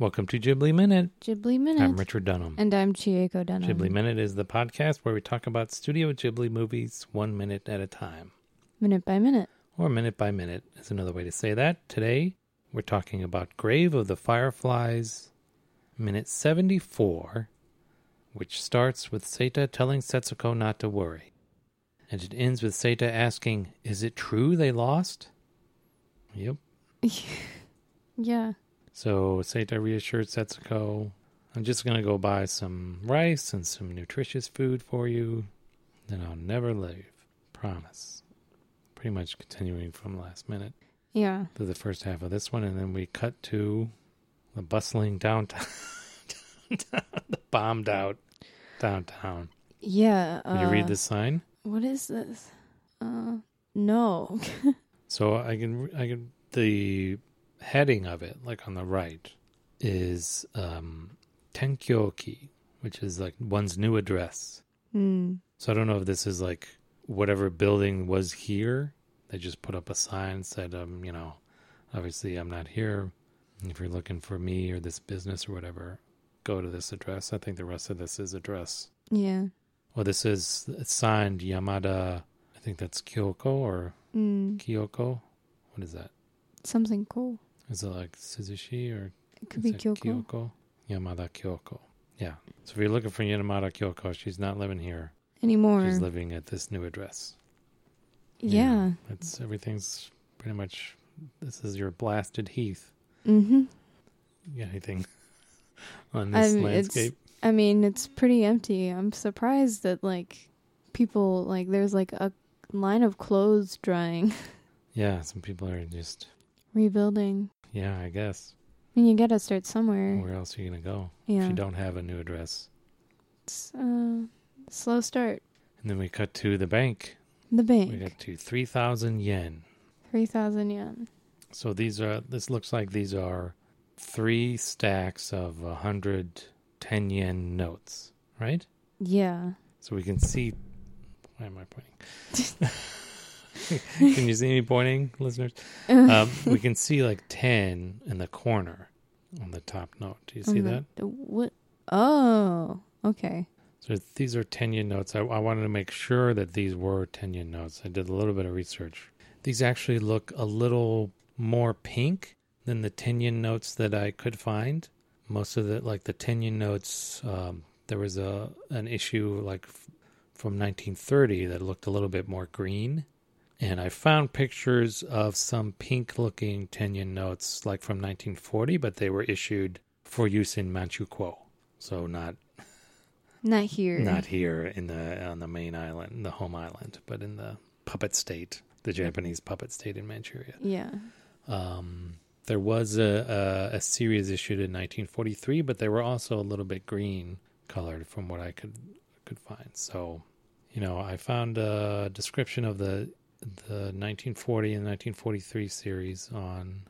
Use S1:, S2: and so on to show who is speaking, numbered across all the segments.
S1: Welcome to Ghibli Minute.
S2: Ghibli Minute.
S1: I'm Richard Dunham.
S2: And I'm Chieko Dunham.
S1: Ghibli Minute is the podcast where we talk about Studio Ghibli movies one minute at a time,
S2: Minute by minute.
S1: or minute by minute is another way to say that. Today, we're talking about Grave of the Fireflies, minute 74, which starts with Seta telling Setsuko not to worry. And it ends with Seta asking, Is it true they lost? Yep.
S2: Yeah.
S1: So Seta reassures Setsuko, I'm just going to go buy some rice and some nutritious food for you. Then I'll never leave. Promise. Pretty much continuing from last minute
S2: Yeah.
S1: to the first half of this one. And then we cut to the bustling downtown, the bombed out downtown.
S2: Yeah.
S1: Did
S2: Uh,
S1: you read this sign?
S2: What is this? Uh, no.
S1: So I can I can the heading of it, like on the right, is um, Tenkyoki, which is like one's new address.
S2: Hmm.
S1: So I don't know if this is like whatever building was here. They just put up a sign said, um, you know, obviously I'm not here. If you're looking for me or this business or whatever, go to this address. I think the rest of this is address.
S2: Yeah.
S1: Well, this is it's signed Yamada. I think that's Kyoko or
S2: Mm.
S1: Kyoko. What is that?
S2: Something cool.
S1: Is it like Suzushi or
S2: It could
S1: is
S2: be
S1: it
S2: Kyoko.
S1: Kyoko? Yamada Kyoko. Yeah. So if you're looking for Yamada Kyoko, she's not living here.
S2: Anymore.
S1: She's living at this new address.
S2: yeah.
S1: It's everything's pretty much. This is your blasted heath.
S2: Mm-hmm.
S1: You got anything on this
S2: I'm- Um, it's-
S1: landscape?
S2: I mean, it's pretty empty. I'm surprised that like people like there's like a line of clothes drying,
S1: Yeah. Some people are just.
S2: rebuilding.
S1: Yeah, I guess.
S2: I mean, you gotta start somewhere.
S1: Where else are you gonna go if
S2: Yeah.
S1: you don't have a new address?
S2: It's, uh, slow start.
S1: And then we cut to the bank.
S2: The
S1: We
S2: bank.
S1: got to three thousand yen.
S2: Three thousand yen.
S1: So these are this looks like these are three stacks of a hundred ten yen notes, right?
S2: Yeah.
S1: So we can see. Why am I pointing? can you see me pointing, listeners? Um, we can see like ten in the corner on the top note. Do you see
S2: I'm
S1: that?
S2: like, "The What? Oh, okay.
S1: So these are ten yen notes. I, I wanted to make sure that these were ten yen notes. I did a little bit of research. These actually look a little more pink than the ten yen notes that I could find. Most of the like the ten yen notes, um, there was a an issue like f- from 1930 that looked a little bit more green. And I found pictures of some pink looking ten yen notes like from 1940, but they were issued for use in Manchukuo, so not
S2: Not here.
S1: not here in the on the main island, the home island, but in the puppet state, the Japanese puppet state in Manchuria.
S2: Yeah.
S1: Um, there was a, a a series issued in 1943, but they were also a little bit green colored from what I could could find. So, you know, I found a description of the the 1940 and 1943 series on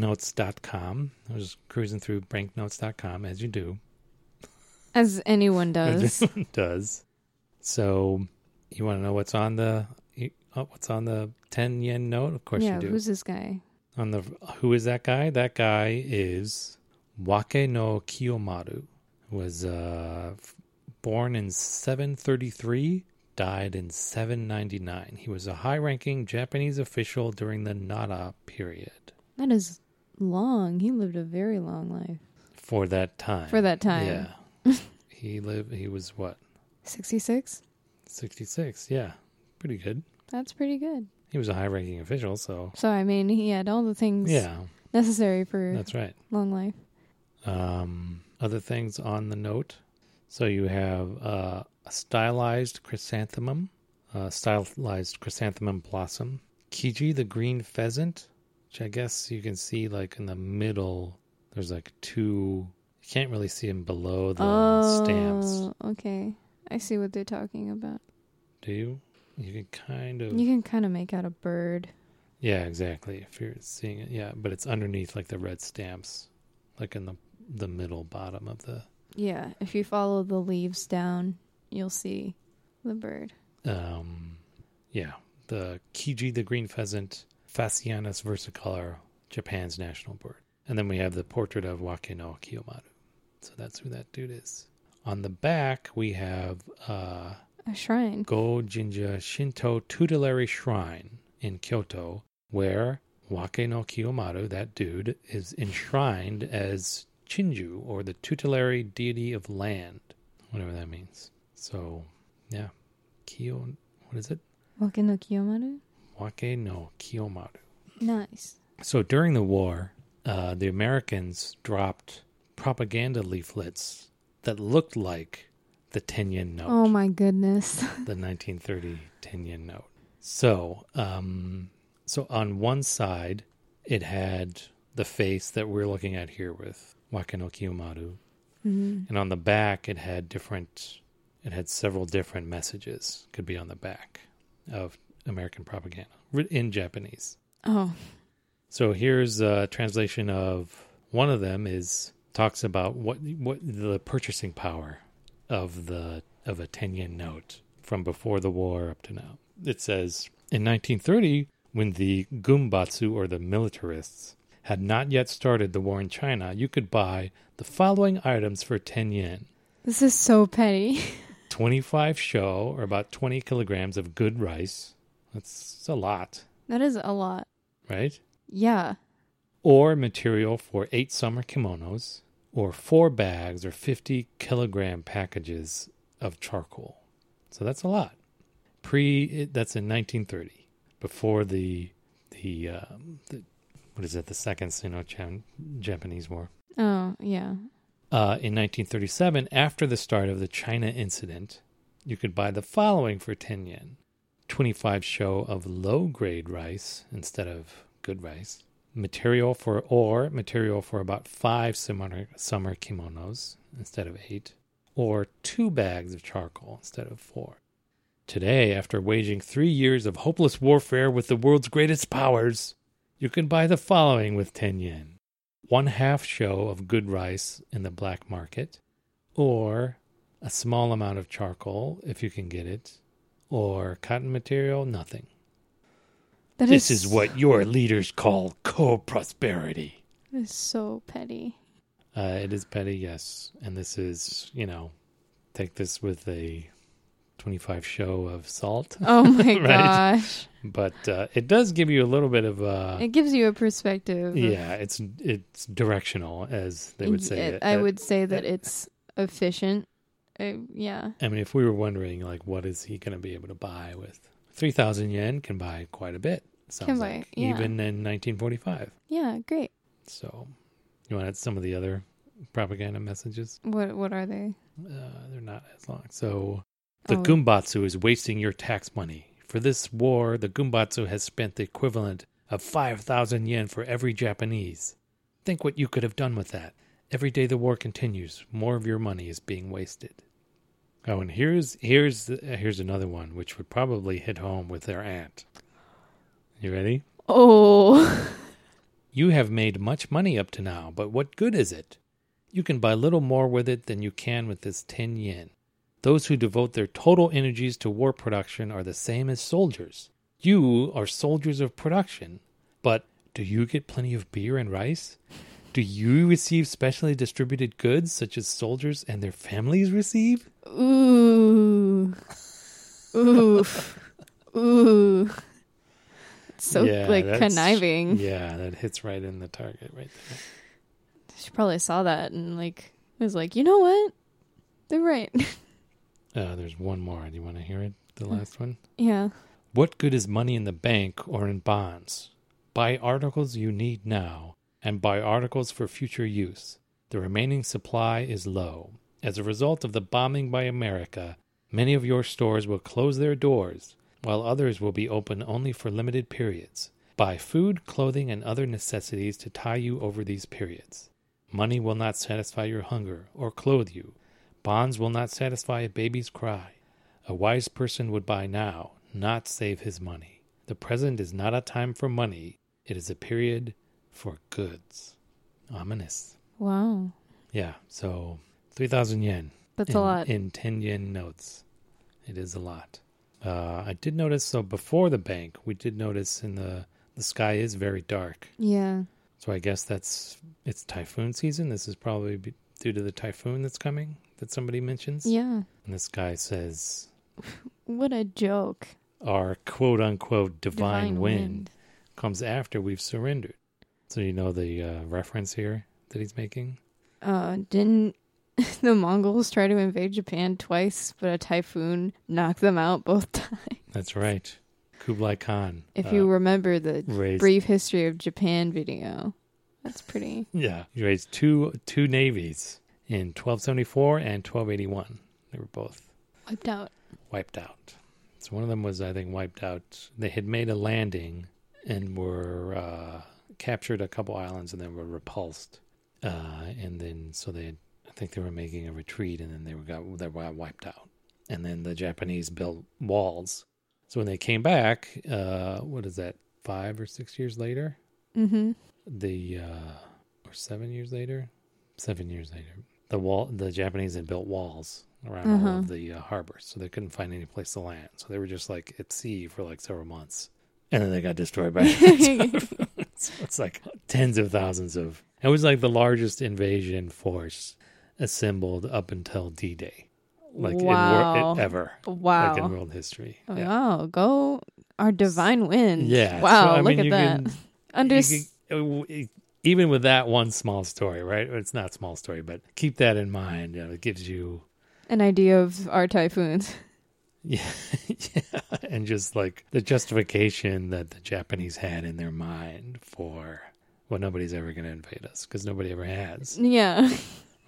S1: banknotes.com. I was cruising through banknotes.com as you do.
S2: As anyone does.
S1: It does. So you want to know what's on the you- oh, what's on the 10 yen note? Of course
S2: yeah.
S1: you do.
S2: Who's this guy?
S1: On the who is that guy? That guy is Wake no Kiyomaru. Was uh f- born in 733, died in 799. He was a high-ranking Japanese official during the Nara period
S2: That is long. He lived a very long life
S1: for that time.
S2: for that time.
S1: Yeah. he lived he was what?
S2: Sixty-six.
S1: 66. Yeah. Pretty good.
S2: That's pretty good.
S1: He was a high ranking official, so
S2: So I mean, he had all the things
S1: yeah,
S2: necessary for
S1: that's right.
S2: long life.
S1: Um, other things on the note. So you have uh, a stylized chrysanthemum, a stylized chrysanthemum blossom, Kiji the green pheasant, which I guess you can see like in the middle. There's like two. You can't really see them below the
S2: oh.
S1: stamps.
S2: Okay. I see what they're talking about.
S1: Do you? You can kind of.
S2: You can kind of make out a bird.
S1: Yeah, exactly. If you're seeing it, yeah, but it's underneath like the red stamps, like in the the middle bottom of the
S2: Yeah. If you follow the leaves down, you'll see the bird.
S1: um, yeah, the kiji, the green pheasant, Phasianus versicolor, Japan's national bird. And then we have the portrait of Wakeno Kiyomaru. So that's who that dude is. On the back, we have uh,
S2: A shrine.
S1: Go Jinja Shinto tutelary shrine in Kyoto, where Wake no Kiyomaru, that dude, is enshrined as Chinju, or the tutelary deity of land, whatever that means. So, yeah, Kiyo, what is it?
S2: Wake no Kiyomaru.
S1: Wake no Kiyomaru.
S2: Nice.
S1: So during the war, uh, the Americans dropped propaganda leaflets that looked like the 10 yen note
S2: Oh my goodness.
S1: the 1930 10 yen note. So, um, so on one side, it had the face that we're looking at here with Wakano Kiyomaru,
S2: Mhm.
S1: and on the back, it had different, it had several different messages. Could be on the back of American propaganda writ- in Japanese.
S2: Oh,
S1: So here's a translation of one of them is talks about what what the purchasing power of the of a 10 yen note from before the war up to now. It says in 1930 when the gumbatsu or the militarists had not yet started the war in China, you could buy the following items for 10 yen.
S2: this is so petty.
S1: 25 sho or about 20 kilograms of good rice. That's, that's a lot,
S2: that is a lot.
S1: right?
S2: Yeah.
S1: or material for eight summer kimonos, or four bags or 50 kilogram packages of charcoal. So that's a lot. Pre, it, that's in 1930, before the, the, um, the what is it, the Second Sino Japanese War.
S2: Oh, yeah.
S1: Uh, in 1937, after the start of the China incident, you could buy the following for 10 yen 25 show of low grade rice instead of good rice, material for or material for about five summer, summer kimonos instead of eight, or two bags of charcoal instead of four. Today, after waging three years of hopeless warfare with the world's greatest powers, you can buy the following with 10 yen one half show of good rice in the black market, or a small amount of charcoal if you can get it, or cotton material, nothing.
S2: That is
S1: this is what your leaders call co prosperity.
S2: that is so petty.
S1: Uh, it is petty, yes. And this is, you know, take this with a 25 show of salt,
S2: Oh my
S1: Right.
S2: gosh.
S1: but uh, it does give you a little bit of uh,
S2: It gives you a perspective. of-
S1: yeah, it's it's directional as they would say
S2: Yeah,
S1: it.
S2: I
S1: Uh,
S2: would say that
S1: uh,
S2: it's efficient. Uh, yeah.
S1: I mean, if we were wondering, like, what is he going to be able to buy with three thousand yen? Can buy quite a bit. Sounds
S2: Can buy,
S1: like
S2: yeah.
S1: even in nineteen forty-five.
S2: Yeah, great.
S1: So, you want some of the other propaganda messages?
S2: What what are they?
S1: Uh, they're not as long. So, the
S2: Oh.
S1: Gumbatsu is wasting your tax money. For this war, the Gumbatsu has spent the equivalent of 5,000 yen for every Japanese. Think what you could have done with that. Every day the war continues, more of your money is being wasted. Oh, and here's here's the, here's another one which would probably hit home with their aunt. You ready?
S2: Oh.
S1: You have made much money up to now, but what good is it? You can buy little more with it than you can with this 10 yen. Those who devote their total energies to war production are the same as soldiers. You are soldiers of production, but do you get plenty of beer and rice? Do you receive specially distributed goods such as soldiers and their families receive?
S2: Ooh. Oof. Ooh. It's so
S1: Yeah,
S2: like
S1: that's-
S2: conniving.
S1: Yeah, that hits right in the target right there.
S2: She probably saw that and like was like, you know what? They're right.
S1: Uh, there's one more. Do you want to hear it? The last one?
S2: yeah.
S1: What good is money in the bank or in bonds? Buy articles you need now and buy articles for future use. The remaining supply is low. As a result of the bombing by America, many of your stores will close their doors, while others will be open only for limited periods. Buy food, clothing, and other necessities to tie you over these periods. Money will not satisfy your hunger or clothe you. Bonds will not satisfy a baby's cry. A wise person would buy now, not save his money. The present is not a time for money, it is a period for goods. Ominous.
S2: Wow.
S1: Yeah, so 3,000 yen.
S2: That's
S1: in,
S2: a lot.
S1: In 10 yen notes. It is a lot. Uh, I did notice, so before the bank, we did notice in the, the sky is very dark.
S2: yeah.
S1: So I guess that's it's typhoon season. This is probably be- due to the typhoon that's coming that somebody mentions.
S2: Yeah.
S1: And this guy says
S2: What a joke.
S1: our quote unquote divine, wind,
S2: Divine wind.
S1: comes after we've surrendered. So you know the uh, reference here that he's making.
S2: Uh, didn't the Mongols try to invade Japan twice, but a typhoon knocked them out both times?
S1: That's right. Kublai Khan.
S2: If
S1: uh,
S2: you remember the
S1: raised
S2: brief history of Japan video, that's pretty.
S1: Yeah, he raised two two navies in 1274 and 1281. They were both
S2: Wiped out.
S1: wiped out. So one of them was, I think, wiped out. They had made a landing and were uh, captured a couple islands and then were repulsed. Uh, and then so they, I think they were making a retreat and then they were got they were wiped out. And then the Japanese built walls. So when they came back, uh, what is that? Five or six years later,
S2: Mm-hmm.
S1: the uh or seven years later seven years later the wall the japanese had built walls around all
S2: Uh-huh.
S1: of the uh, harbors so they couldn't find any place to land so they were just like at sea for like several months and then they got destroyed by so it's like tens of thousands of it was like the largest invasion force assembled up until d-day like in
S2: Wow.
S1: wor- ever
S2: Wow. Oh,
S1: like in world history yeah,
S2: Wow. Go our divine wind.
S1: Yeah, so,
S2: Wow.
S1: I
S2: look
S1: mean,
S2: at
S1: you
S2: that.
S1: can-
S2: Under.
S1: you could- uh, w- even with that one small story, right? It's not small story, but keep that in mind. You know, it gives you
S2: an idea of our typhoons.
S1: yeah, yeah, and just like the justification that the Japanese had in their mind for well, nobody's ever going to invade us because nobody ever has,
S2: Yeah.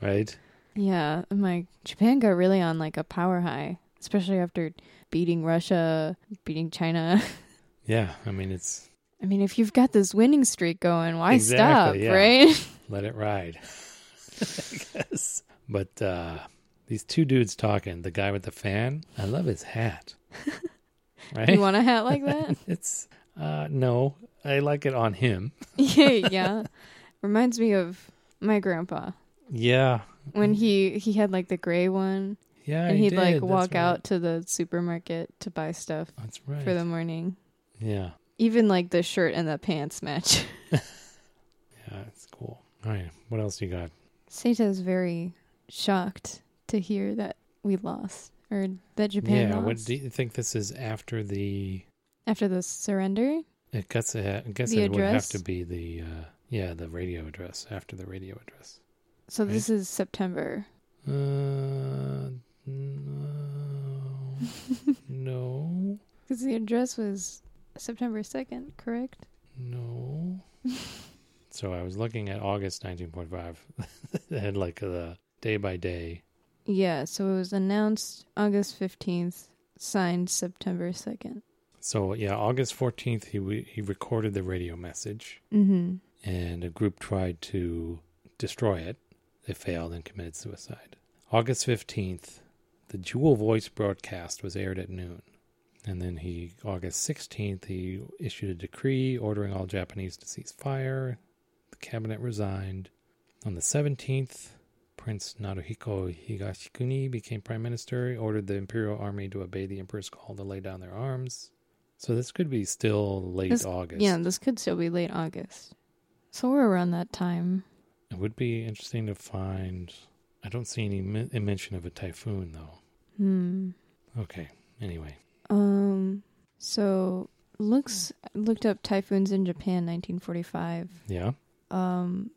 S1: right?
S2: Yeah. I'm like, Japan got really on like a power high, especially after beating Russia, beating China.
S1: Yeah, I mean, it's
S2: I mean, if you've got this winning streak going, why stop,
S1: Exactly, yeah.
S2: right?
S1: let it ride, I guess. But uh, these two dudes talking, the guy with the fan, I love his hat, right?
S2: You want a hat like that?
S1: It's uh no, I like it on him.
S2: yeah, yeah. Reminds me of my grandpa
S1: Yeah.
S2: when he he had like the gray one,
S1: Yeah,
S2: and
S1: he
S2: he'd
S1: did.
S2: like
S1: That's
S2: walk
S1: right.
S2: out to the supermarket to buy stuff
S1: That's right.
S2: for the morning.
S1: Yeah.
S2: Even like the shirt and the pants match.
S1: Yeah, it's cool. All right. What else you got?
S2: Seta's very shocked to hear that we lost or that Japan
S1: yeah,
S2: lost
S1: what do you think this is after the
S2: after the surrender.
S1: it guess it, I guess
S2: The
S1: it would have
S2: address?
S1: to be the uh yeah, the radio address after the radio address.
S2: So this is September.
S1: Uh no. uh, no.
S2: Because the address was September 2nd, correct?
S1: No. so I was looking at August 19.5 and like the day by day.
S2: Yeah, so it was announced August 15th, signed September 2nd.
S1: So yeah, August 14th he w- he recorded the radio message
S2: Mm
S1: and a group tried to destroy it. They failed and committed suicide. August 15th, the Jewel Voice broadcast was aired at noon. And then he August 16th he issued a decree ordering all Japanese to cease fire. The cabinet resigned. On the 17th, Prince Naruhiko Higashikuni became prime minister, He ordered the imperial army to obey the emperor's call to lay down their arms. So this could be still late
S2: This-
S1: August.
S2: Yeah, this could still be late August. So we're around that time.
S1: It would be interesting to find. I don't see any men- a mention of a typhoon, though.
S2: Hmm.
S1: Okay. Anyway,
S2: Um, so looks looked up typhoons in Japan 1945.
S1: yeah,
S2: Um,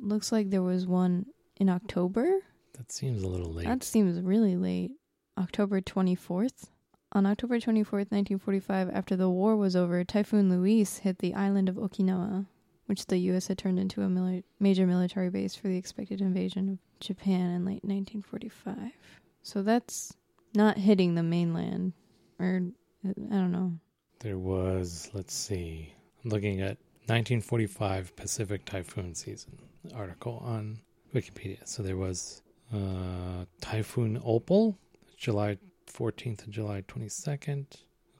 S2: looks like there was one in October.
S1: that seems a little late.
S2: That seems really late. October 24th. On October 24th, 1945, after the war was over, Typhoon Luis hit the island of Okinawa, which the U.S. had turned into a mili- major military base for the expected invasion of Japan in late 1945. So that's not hitting the mainland, or uh, I don't know.
S1: There was, let's see, I'm looking at 1945 Pacific Typhoon Season article on Wikipedia. So there was uh, Typhoon Opal, July 14th to July 22nd,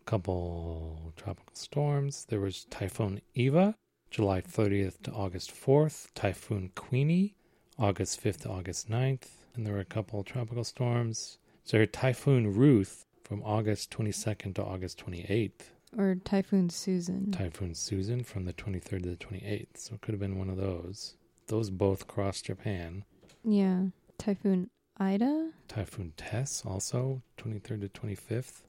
S1: a couple tropical storms. There was Typhoon Eva, July 30th to August 4th, Typhoon Queenie, August 5th to August 9th, and there were a couple tropical storms. So Typhoon Ruth from August 22nd to August 28th.
S2: or Typhoon Susan.
S1: Typhoon Susan from the 23rd to the 28th. So it could have been one of those. Those both crossed Japan.
S2: yeah, Typhoon Ida.
S1: Typhoon Tess also 23rd to 25th.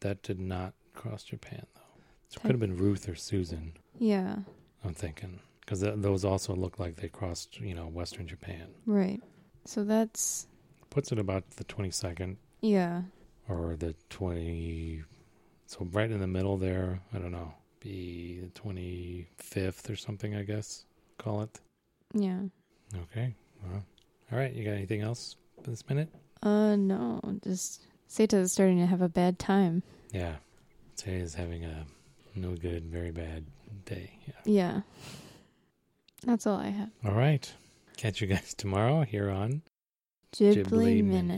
S1: That did not cross Japan though. So it could have been Ruth or Susan.
S2: Yeah,
S1: I'm thinking because th- those also look like they crossed you know Western Japan.
S2: right. So that's
S1: Puts it about the 22nd
S2: yeah.
S1: or the 20. So right in the middle there. I don't know. Be the 25th or something. I guess call it.
S2: Yeah.
S1: Okay. Well, all right. You got anything else for this minute?
S2: Uh no, just Seta is starting to have a bad time.
S1: Yeah. Today is having a no good, very bad day. Yeah.
S2: Yeah. That's all I have.
S1: All right. Catch you guys tomorrow here on
S2: Ghibli,
S1: Ghibli Minute.
S2: minute.